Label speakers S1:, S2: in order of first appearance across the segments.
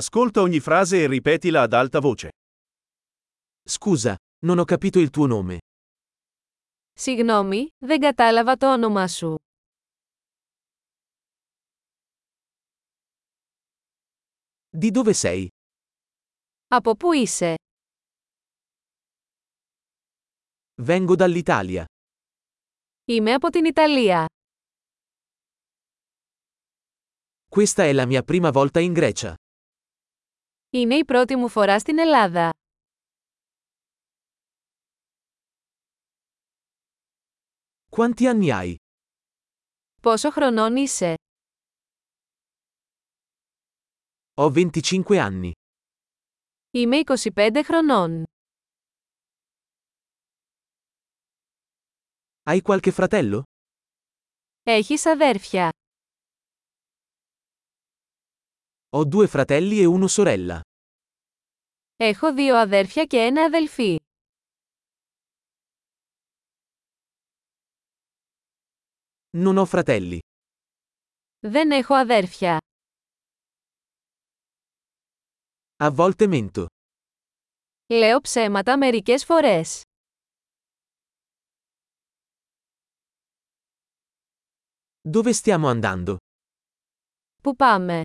S1: Ascolta ogni frase e ripetila ad alta voce.
S2: Scusa, non ho capito il tuo nome.
S3: Συγγνώμη, δεν κατάλαβα το όνομά σου.
S2: Di dove sei?
S3: Από πού είσαι?
S2: Vengo dall'Italia.
S3: Είμαι από την Ιταλία.
S2: Questa è la mia prima volta in Grecia.
S3: Είναι η πρώτη μου φορά στην Ελλάδα.
S2: Quanti anni hai?
S3: Πόσο χρονών είσαι?
S2: Ho 25 anni.
S3: Είμαι 25 χρονών.
S2: Hai qualche fratello?
S3: Έχεις αδέρφια.
S2: Ho due fratelli e una sorella.
S3: Έχω δύο αδέρφια και ένα αδελφή.
S2: Non ho fratelli.
S3: Δεν έχω αδέρφια.
S2: A volte mento.
S3: Λέω ψέματα μερικές φορές.
S2: Dove stiamo andando?
S3: Πού πάμε?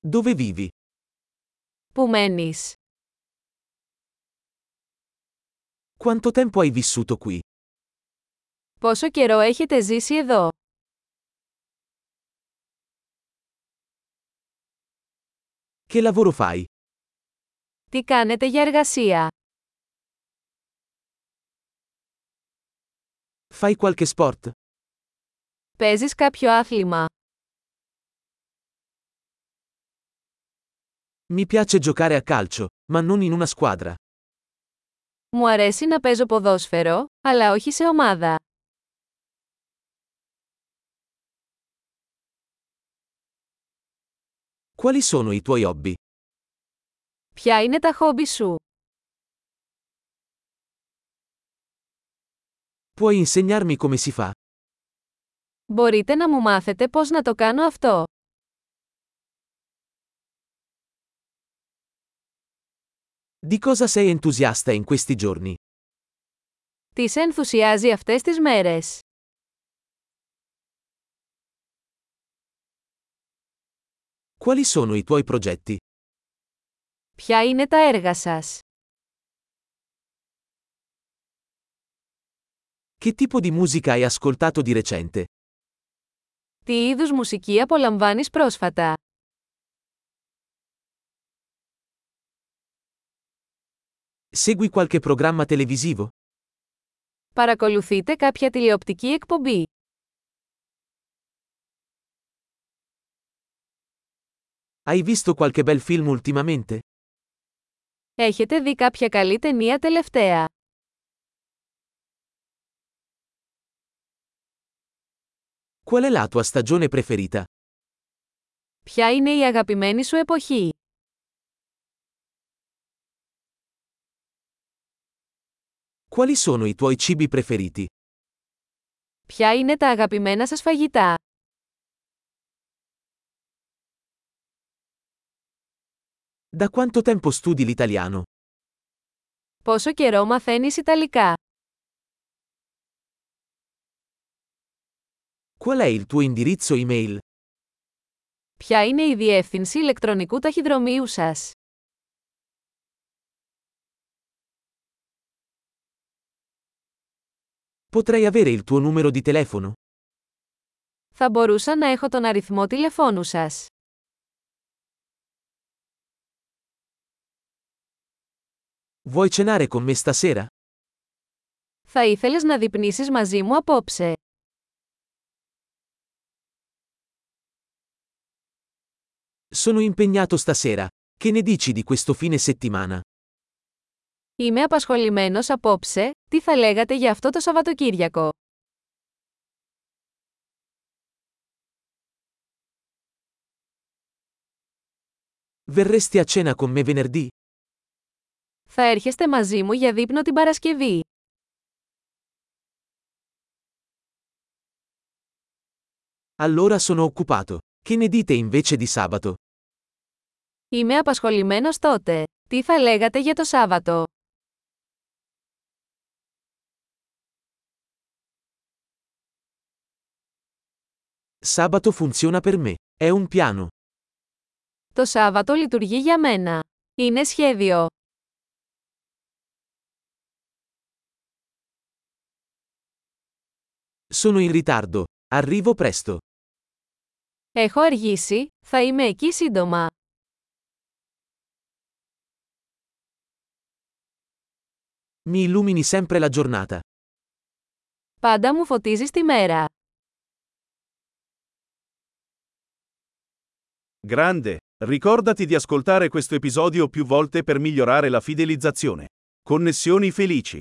S2: Dove vivi?
S3: Πού μένεις?
S2: Quanto tempo hai vissuto qui?
S3: Πόσο καιρό έχετε ζήσει εδώ?
S2: Che lavoro fai?
S3: Τι κάνετε για εργασία?
S2: Fai qualche sport?
S3: Παίζεις κάποιο άθλημα?
S2: Mi piace giocare a calcio, ma non in una squadra.
S3: Μου αρέσει να παίζω ποδόσφαιρο, αλλά όχι σε ομάδα.
S2: Quali sono i tuoi hobby?
S3: Ποια είναι τα χόμπι σου?
S2: Puoi insegnarmi come si fa?
S3: Μπορείτε να μου μάθετε πώς να το κάνω αυτό.
S2: Di cosa sei entusiasta in questi giorni?
S3: Τι σε ενθουσιάζει αυτές τις μέρες?
S2: Quali sono i tuoi progetti?
S3: Ποια είναι τα έργα σας?
S2: Che tipo di musica hai ascoltato di recente?
S3: Τι είδους μουσική απολαμβάνεις πρόσφατα?
S2: Segui qualche programma televisivo?
S3: Παρακολουθείτε κάποια τηλεοπτική εκπομπή.
S2: Hai visto qualche bel film ultimamente?
S3: Έχετε δει κάποια καλή ταινία τελευταία.
S2: Qual è la tua stagione preferita?
S3: Ποια είναι η αγαπημένη σου εποχή?
S2: Quali sono i tuoi cibi preferiti?
S3: Ποια είναι τα αγαπημένα σας φαγητά?
S2: Da quanto tempo studi l'italiano?
S3: Πόσο καιρό μαθαίνεις Ιταλικά?
S2: Qual è il tuo indirizzo email?
S3: Ποια είναι η διεύθυνση ηλεκτρονικού ταχυδρομείου σας?
S2: Potrei avere il tuo numero di telefono?
S3: Θα μπορούσα να έχω τον αριθμό τηλεφώνου σας.
S2: Vuoi cenare con me stasera?
S3: Θα ήθελες να δειπνήσεις μαζί μου απόψε.
S2: Sono impegnato stasera. Che ne dici di questo fine settimana?
S3: Είμαι απασχολημένος απόψε, τι θα λέγατε για αυτό το Σαββατοκύριακο.
S2: Verresti a cena con me venerdì?
S3: Θα έρχεστε μαζί μου για δείπνο την Παρασκευή.
S2: Allora sono occupato. Che ne dite invece di sabato?
S3: Είμαι απασχολημένος τότε. Τι θα λέγατε για το Σάββατο.
S2: Sabato funziona per me. È un piano.
S3: Το Σάββατο λειτουργεί για μένα. Είναι σχέδιο.
S2: Sono in ritardo. Arrivo presto.
S3: Έχω αργήσει, θα είμαι εκεί σύντομα.
S2: Mi illumini sempre la giornata.
S3: Πάντα μου φωτίζεις τη μέρα.
S1: Grande! Ricordati di ascoltare questo episodio più volte per migliorare la fidelizzazione. Connessioni felici!